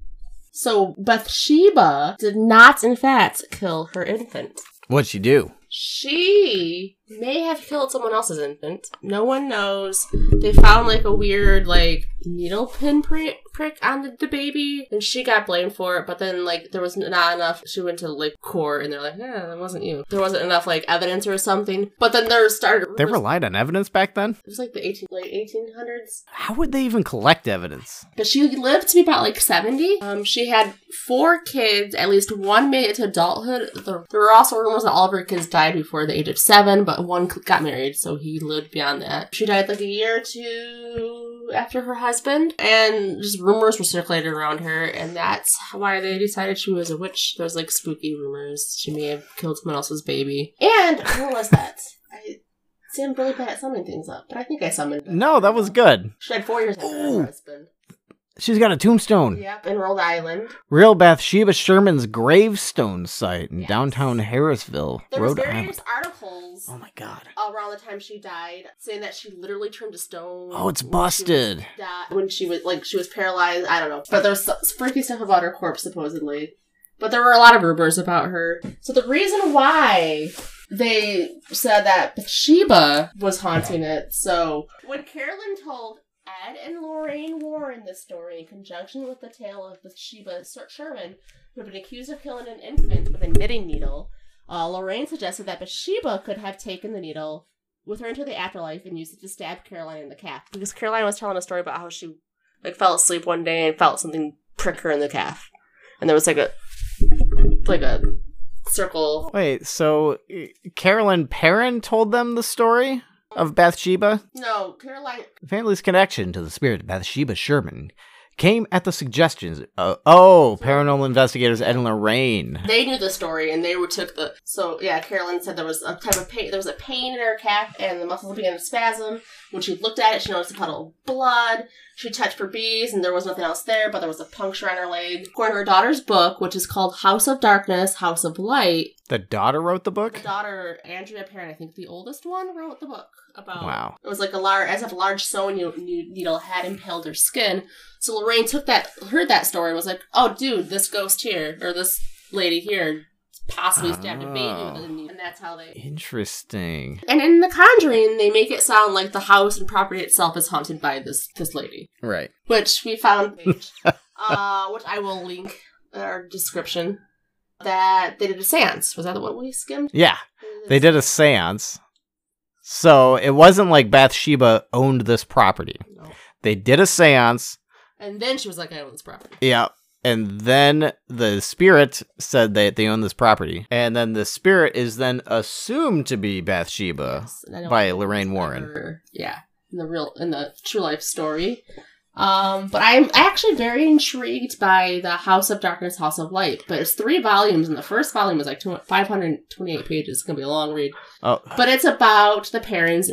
S2: So Bathsheba did not, in fact, kill her infant.
S1: What'd she do?
S2: She may have killed someone else's infant. No one knows. They found like a weird like needle pin pri- prick on the, the baby, and she got blamed for it. But then like there was not enough. She went to like court, and they're like, "Yeah, that wasn't you." There wasn't enough like evidence or something. But then there started.
S1: They
S2: it was,
S1: relied on evidence back then.
S2: it was like the eighteen late eighteen hundreds.
S1: How would they even collect evidence?
S2: But she lived to be about like 70. Um, she had four kids, at least one made it to adulthood. There, there were also rumors that all of her kids died before the age of seven, but one c- got married, so he lived beyond that. She died like a year or two after her husband, and just rumors were circulated around her, and that's why they decided she was a witch. There was like spooky rumors. She may have killed someone else's baby. And what was that? I see I'm really bad at summing things up, but I think I summoned it.
S1: No, that was good.
S2: She died four years after
S1: Ooh.
S2: her husband.
S1: She's got a tombstone.
S2: Yep, in Rhode Island.
S1: Real Bathsheba Sherman's gravestone site in
S2: Yes.
S1: downtown Harrisville,
S2: There was
S1: Rhode
S2: various
S1: Island.
S2: articles
S1: Oh my god.
S2: around the time she died saying that she literally turned to stone.
S1: Oh, it's
S2: when she was
S1: busted.
S2: di- When she was like she was paralyzed, I don't know. But there's freaky stuff about her corpse supposedly. But there were a lot of rumors about her. So the reason why they said that Bathsheba was haunting it. So when Carolyn told Ed and Lorraine Warren this story in conjunction with the tale of Bathsheba Ser- Sherman, who had been accused of killing an infant with a knitting needle, uh, Lorraine suggested that Bathsheba could have taken the needle with her into the afterlife and used it to stab Caroline in the calf. Because Caroline was telling a story about how she like fell asleep one day and felt something prick her in the calf, and there was like a like a circle.
S1: Wait, so uh, Carolyn Perrin told them the story of Bathsheba?
S2: No, Caroline.
S1: The family's connection to the spirit of Bathsheba Sherman came at the suggestions of, oh, paranormal investigators Ed and Lorraine.
S2: They knew the story and they were took the so yeah. Caroline said there was a type of pain. There was a pain in her calf and the muscles began to spasm. When she looked at it, she noticed a puddle of blood. She touched for bees and there was nothing else there, but there was a puncture on her leg. According to her daughter's book, which is called House of Darkness, House of Light,
S1: The daughter wrote the book?
S2: The daughter, Andrea Perrin, I think the oldest one, wrote the book about.
S1: Wow.
S2: It was like a large, as if a large sewing ne- ne- needle had impaled her skin. So Lorraine took that, heard that story, and was like, "Oh, dude, this ghost here or this lady here possibly stabbed a baby with
S1: Oh.
S2: a needle, and that's how they.
S1: Interesting.
S2: And in The Conjuring, they make it sound like the house and property itself is haunted by this this lady,
S1: Right.
S2: which we found, uh, which I will link in our description. That they did a séance. Was that what we skimmed?
S1: Yeah. They did a seance. So it wasn't like Bathsheba owned this property.
S2: No.
S1: They did a seance.
S2: And then she was like, "I own this property."
S1: Yeah. And then the spirit said that they own this property. And then the spirit is then assumed to be Bathsheba
S2: Yes, and I don't
S1: by
S2: think
S1: Lorraine
S2: it's
S1: Warren.
S2: ever- yeah, in the real in the true life story. Um, but I'm actually very intrigued by the House of Darkness, House of Light. But it's three volumes, and the first volume is like two- 528 pages. It's gonna be a long read.
S1: Oh,
S2: But it's about the parents'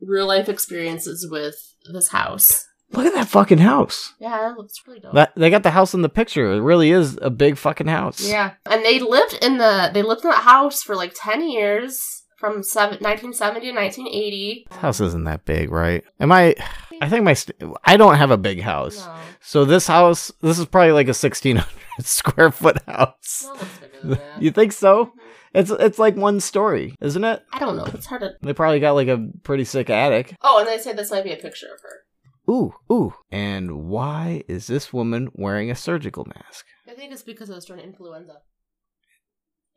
S2: real life experiences with this house.
S1: look at that fucking house.
S2: Yeah, that looks really dope.
S1: That, they got the house in the picture. It really is a big fucking house.
S2: Yeah, and they lived in the they lived in that house for like ten years from seven, 1970 to 1980.
S1: This house isn't that big, right? Am I? I think my. St- I don't have a big house.
S2: No,
S1: So this house, this is probably like a 1600 square foot house.
S2: no, it looks bigger than that.
S1: You think so?
S2: Mhm.
S1: It's it's like one story, isn't it?
S2: I don't know. It's hard to.
S1: They probably got like a pretty sick attic.
S2: Oh, and they say this might be a picture of her.
S1: Ooh, ooh. And why is this woman wearing a surgical mask?
S2: I think it's because I was during influenza.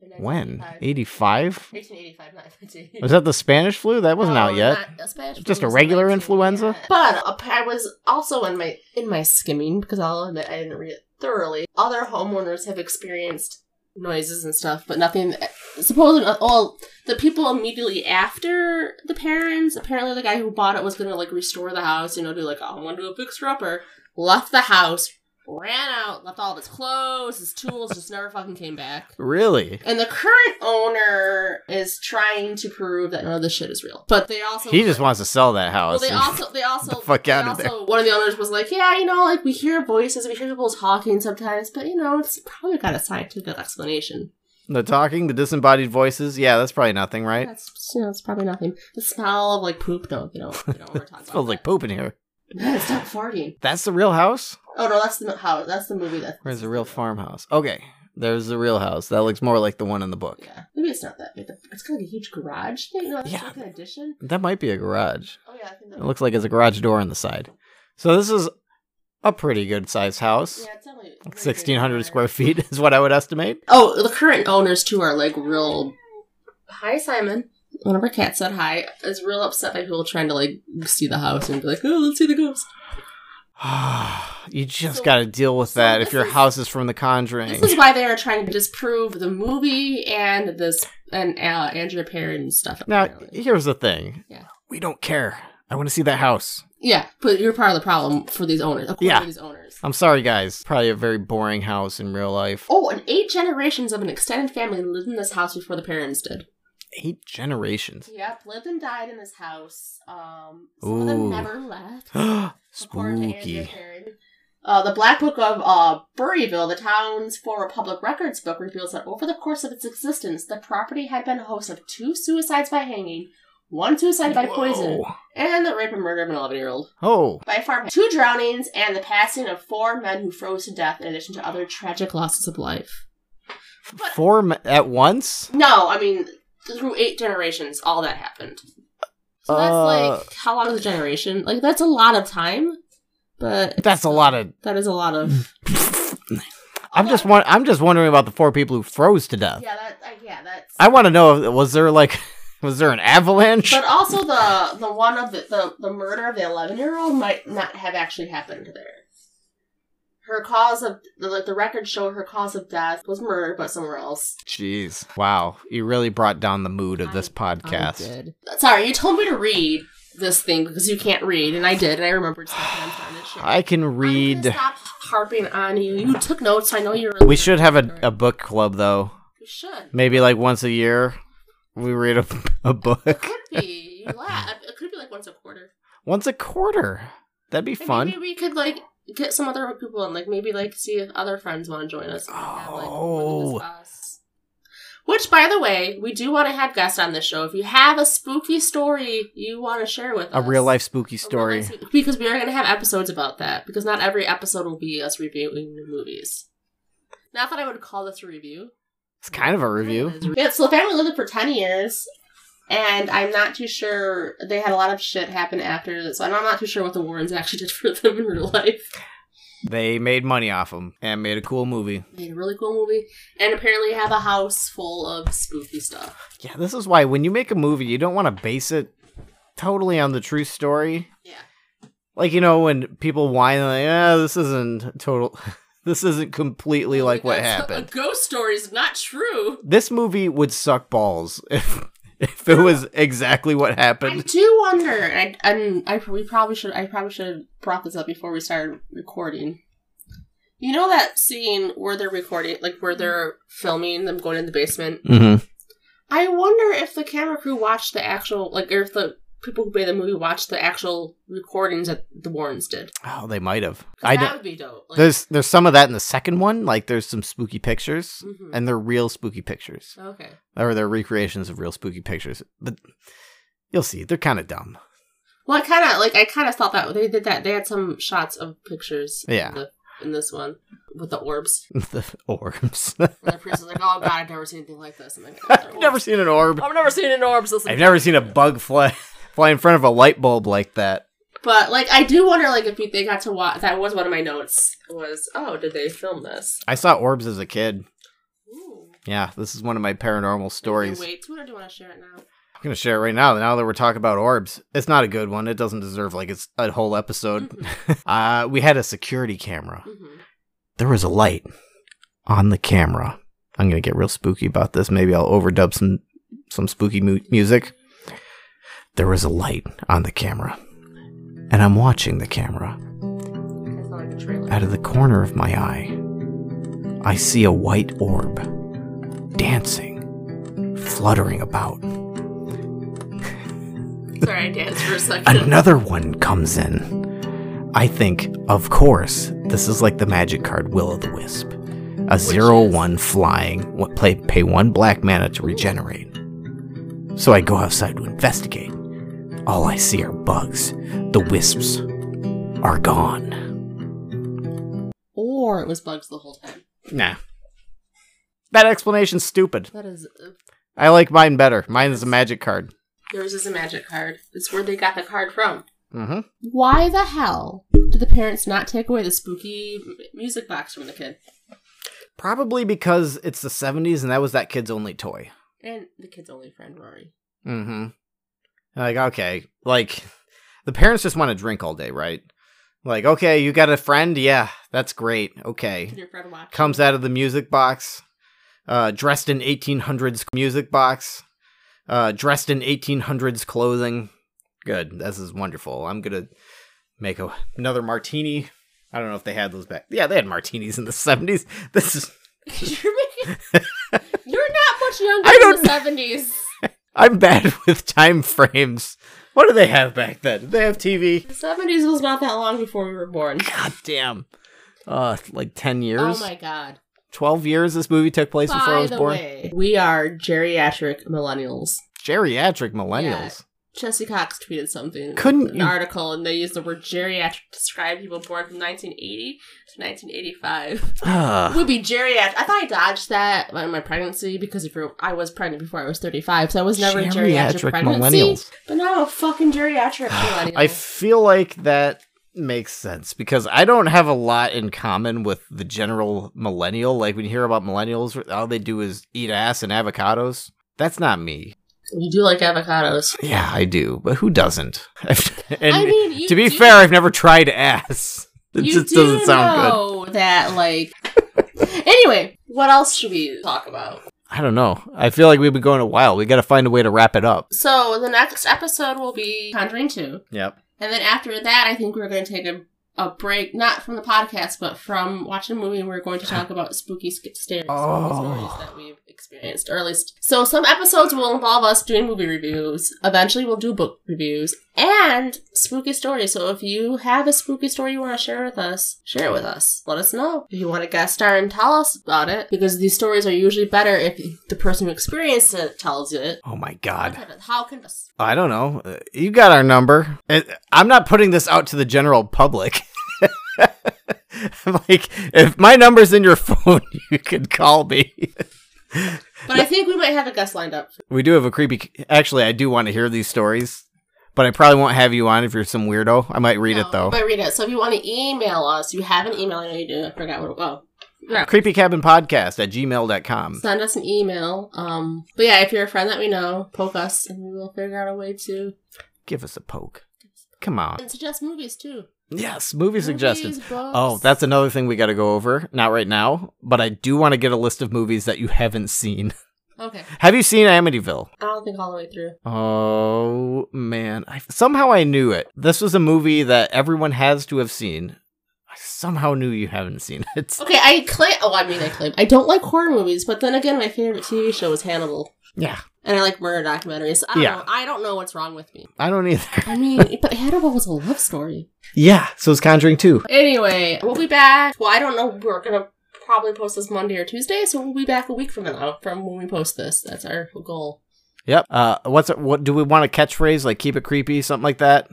S2: In
S1: When? Oh,
S2: 1985.
S1: 85?
S2: 1885, not 1985.
S1: Was that the Spanish flu? That wasn't
S2: No,
S1: out yet.
S2: not- the Spanish flu
S1: Just a
S2: was
S1: regular
S2: 19,
S1: influenza?
S2: yeah. But up- I was also in my in my skimming because I'll admit I didn't read it thoroughly. Other homeowners have experienced noises and stuff, but nothing. Supposedly, all the people immediately after the parents. Apparently, the guy who bought it was going to like restore the house. You know, do like oh, I'm going to do a fixer upper. Left the house, ran out, left all of his clothes, his tools, just never fucking came back.
S1: Really?
S2: And the current owner is trying to prove that none of this shit is real. But they also
S1: He just wants to sell that
S2: Well,
S1: house.
S2: they also they also
S1: the fuck
S2: they
S1: outta
S2: also- One of the owners was like, "Yeah, you know, like we hear voices, we hear people talking sometimes, but you know, it's probably got a scientific explanation.
S1: the talking, the disembodied voices. Yeah, that's probably nothing, right?
S2: That's you know, it's probably nothing. The smell of like poop, no, you know, you know, we're talking about
S1: Smells like
S2: that.
S1: poop in here.
S2: Man, stop farting.
S1: That's the real house?
S2: Oh no, that's the how that's the movie. That's
S1: Where's the real farmhouse? Okay. There's the real house. That looks more like the one in the book.
S2: Yeah, maybe it's not that big. It's kind of like a huge garage thing. No, that's
S1: Yeah.
S2: like an addition.
S1: That might be a garage.
S2: Oh yeah, I think that
S1: It looks like it's a garage door on the side. So this is a pretty good sized house.
S2: Yeah, it's only
S1: Like 1600 square feet is what I would estimate.
S2: Oh, the current owners too are like real. Hi, Simon. One of our cats said hi. Is real upset by people trying to like see the house and be like, "Oh, let's see the ghost."
S1: you just
S2: So-
S1: got to deal with
S2: so
S1: that if
S2: this
S1: your
S2: is-
S1: house is from the Conjuring.
S2: This is why they are trying to disprove the movie and this and uh, Andrea Perrin stuff.
S1: now,
S2: apparently.
S1: here's the thing.
S2: Yeah.
S1: We don't care. I want to see that house.
S2: yeah, but you're part of the problem for these owners. According
S1: Yeah.
S2: to these owners.
S1: I'm sorry, guys. Probably a very boring house in real life.
S2: Oh, and eight generations of an extended family lived in this house before the parents did.
S1: Eight generations.
S2: Yep, lived and died in this house. Um, some of them
S1: Ooh.
S2: never left. according to Andrea
S1: Spooky.
S2: Perrin. Uh, the Black Book of uh, Burryville, the town's former public records book, reveals that over the course of its existence, the property had been a host of two suicides by hanging, one suicide by poison,
S1: Whoa.
S2: and the rape and murder of an 11 year old
S1: Oh,
S2: by a farmhand, two drownings, and the passing of four men who froze to death, in addition to other tragic losses of life. But-
S1: four ma- at once?
S2: No, I mean, through eight generations, all that happened. So that's
S1: Uh,
S2: like, how long is a generation? Like, that's a lot of time, but
S1: That's a lot of.
S2: that is a lot of.
S1: I'm just wa- I'm just wondering about the four people who froze to death.
S2: Yeah, that I yeah, that's.
S1: I want to know if- was there like was there an avalanche?
S2: but also the the one of the, the the murder of the eleven year old might not have actually happened there. Her cause of the like the records show her cause of death was murder, but somewhere else.
S1: Jeez. Wow. You really brought down the mood of this podcast.
S2: Sorry, you told me to read this thing because you can't read, and I did, and I remembered stuff. And I'm trying to shit.
S1: I can
S2: I'm
S1: read.
S2: gonna stop harping on you. You took notes. I know you're.
S1: We should have a, a book club though.
S2: We should.
S1: Maybe like once a year we read a, a book.
S2: Could be. You laugh. It could be like once a quarter.
S1: Once a quarter. That'd be
S2: Maybe-
S1: fun.
S2: Maybe we could like get some other people and like maybe like see if other friends want to join us. and have, like, more than
S1: Oh.
S2: just us. Which, by the way, we do want to have guests on this show. If you have a spooky story you want to share with
S1: A
S2: us,
S1: real life spooky
S2: a real
S1: story.
S2: life spook- because we are going to have episodes about that. Because not every episode will be us reviewing the movies. Not that I would call this a review.
S1: It's kind of a review.
S2: Yeah, so the family lived for 10 years, and I'm not too sure. They had a lot of shit happen after this, so I'm not too sure what the Warrens actually did for them in real life.
S1: They made money off them and made a cool movie.
S2: Made a really cool movie, and apparently have a house full of spooky stuff.
S1: Yeah, this is why when you make a movie, you don't want to base it totally on the true story.
S2: Yeah.
S1: Like you know when people whine like, "Ah, this isn't total. this isn't completely like what
S2: That's-
S1: happened."
S2: A ghost story is not true.
S1: this movie would suck balls if if it was exactly what
S2: I
S1: happened.
S2: do wonder, and, and I we probably should I probably should have brought this up before we started recording. You know that scene where they're recording, like where they're filming them going in the basement.
S1: Mm-hmm.
S2: I wonder if the camera crew watched the actual, like, or if the people who made the movie watched the actual recordings that the Warrens did.
S1: Oh, they might have.
S2: 'Cause
S1: I
S2: that
S1: don't.
S2: would be dope. Like,
S1: There's there's some of that in the second one. Like there's some spooky pictures,
S2: Mhm.
S1: and they're real spooky pictures,
S2: okay.
S1: or they're recreations of real spooky pictures. But you'll see, they're kind of dumb.
S2: Well, I kind of like I kind of thought that they did that. They had some shots of pictures.
S1: Yeah.
S2: In, the, in this one with the orbs.
S1: the orbs.
S2: And the priest was like, "Oh God, I've never seen anything like this." And like,
S1: I've never seen an orb.
S2: I've never seen an orb. So it's like-
S1: I've never seen a bug fly fly in front of a light bulb like that.
S2: But like, I do wonder, like, if you- they got to watch. That was one of my notes. Was oh, did they film this?
S1: I saw orbs as a kid.
S2: Ooh.
S1: Yeah, this is one of my paranormal stories.
S2: Do we Wait, to it or do you want to share it now?
S1: I'm gonna share it right now. Now that we're talking about orbs, it's not a good one. It doesn't deserve like it's a whole episode. uh, we had a security camera.
S2: hmm
S1: There was a light on the camera. I'm gonna get real spooky about this. Maybe I'll overdub some some spooky mu- music. There was a light on the camera, and I'm watching the camera. Mm.
S2: That's not like a trailer.
S1: Out of the corner of my eye, I see a white orb dancing, fluttering about.
S2: Sorry, I danced for a second.
S1: Another one comes in. I think, of course, this is like the magic card Will o' the Wisp. A zero
S2: is?
S1: one flying, what, play, pay one black mana to regenerate. So I go outside to investigate. All I see are bugs. The wisps are gone.
S2: or it was bugs the whole time.
S1: Nah. That explanation's stupid.
S2: That is. Uh,
S1: I like mine better. Mine is a magic card.
S2: yours is a magic card. It's where they got the card from.
S1: Mm-hmm.
S2: Why the hell did the parents not take away the spooky m- music box from the kid?
S1: Probably because it's the 70s and that was that kid's only toy.
S2: And the kid's only friend, Rory.
S1: Mm-hmm. Like, okay. Like the parents just want to drink all day, right? Like, okay, you got a friend? Yeah, that's great.
S2: Did
S1: Okay.
S2: your friend watch?
S1: Comes out of the music box, uh, dressed in 1800s music box, uh, dressed in 1800s clothing. Good. This is wonderful. I'm going to make a, another martini. I don't know if they had those back. Yeah, they had martinis in the 70s. This is.
S2: you're, making, you're not much younger
S1: I
S2: than
S1: don't-
S2: the seventies.
S1: I'm bad with time frames. What do they have back then? Did they have TV?
S2: The seventies was not that long before we were born.
S1: God damn. Uh, like 10 years?
S2: Oh my god!
S1: 12 years this movie took place before I
S2: By
S1: was
S2: the
S1: born?
S2: way, we are geriatric millennials.
S1: Geriatric millennials.
S2: Jesse Cox tweeted something.
S1: Couldn't
S2: an
S1: you-
S2: article, and they used the word geriatric to describe people born from 1980 to 1985.
S1: Ah,
S2: Would be geriatric. I thought I dodged that in my pregnancy because if you're, I was pregnant before I was 35, so I was never geriatric,
S1: Geriatric
S2: pregnancy.
S1: millennials.
S2: But now I'm a fucking geriatric millennial.
S1: I feel like that makes sense because I don't have a lot in common with the general millennial. Like when you hear about millennials, all they do is eat ass and avocados. That's not me.
S2: you do like avocados.
S1: Yeah, I do, but who doesn't? and
S2: I mean, you
S1: to be
S2: do-
S1: fair, I've never tried ass. It
S2: you
S1: just
S2: do
S1: doesn't sound good.
S2: know that, like. anyway, what else should we talk about?
S1: I don't know. I feel like we've been going a while. We got to find a way to wrap it up.
S2: So the next episode will be Conjuring 2.
S1: Yep.
S2: And then after that, I think we're going to take a, a break, not from the podcast, but from watching a movie. And we're going to talk about spooky sc- stairs
S1: Oh.
S2: stories that we've experienced, or at least. So some episodes will involve us doing movie reviews. Eventually, we'll do book reviews and spooky stories. So if you have a spooky story you want to share with us, share it with us. Let us know if you want to guest star and tell us about it, because these stories are usually better if the person who experienced it tells it.
S1: Oh my god.
S2: How can us?
S1: I don't know. Uh, You got our number. Uh, I'm not putting this out to the general public. I'm like, if my number's in your phone, you can call me.
S2: But I think we might have a guest lined up.
S1: We do have a creepy. Actually, I do want to hear these stories, but I probably won't have you on if you're some weirdo. I might read it though.
S2: But read it. So if you want to email us, you have an email. I know you do. I forgot what it was.
S1: Creepy Cabin Podcast at gmail.com.
S2: Send us an email. Um, but yeah, if you're a friend that we know, poke us, and we will figure out a way to
S1: Give us a poke. Come on.
S2: and suggest movies too.
S1: Yes, movie
S2: Movies,
S1: suggestions.
S2: books.
S1: Oh, that's another thing we got to go over. Not right now, but I do want to get a list of movies that you haven't seen.
S2: okay.
S1: Have you seen Amityville?
S2: I don't think all the way through.
S1: Oh man, I somehow I knew it. This was a movie that everyone has to have seen. I somehow knew you haven't seen it.
S2: Okay, I claim. Oh, I mean, I claim. I don't like horror movies, but then again, my favorite TV show is Hannibal,
S1: Yeah,
S2: and I like murder documentaries. I don't
S1: Yeah.
S2: know. I don't know what's wrong with me.
S1: I don't either.
S2: I mean, but Hannibal was a love story.
S1: Yeah, so it's Conjuring 2.
S2: Anyway, we'll be back. Well, I don't know. We're gonna probably post this Monday or Tuesday, so we'll be back a week from now from when we post this. That's our goal.
S1: Yep. Uh what's it, what do we want a catchphrase like keep it creepy something like that?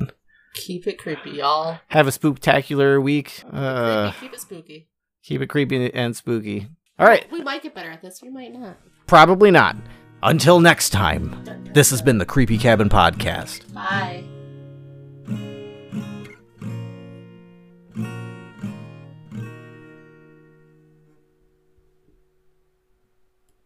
S2: Keep it creepy, y'all.
S1: Have a spooktacular week. Uh
S2: Creepy, keep it spooky.
S1: keep it creepy and spooky. All right,
S2: We might get better at this. We might not.
S1: probably not. Until next time. This has been the Creepy Cabin podcast.
S2: Bye.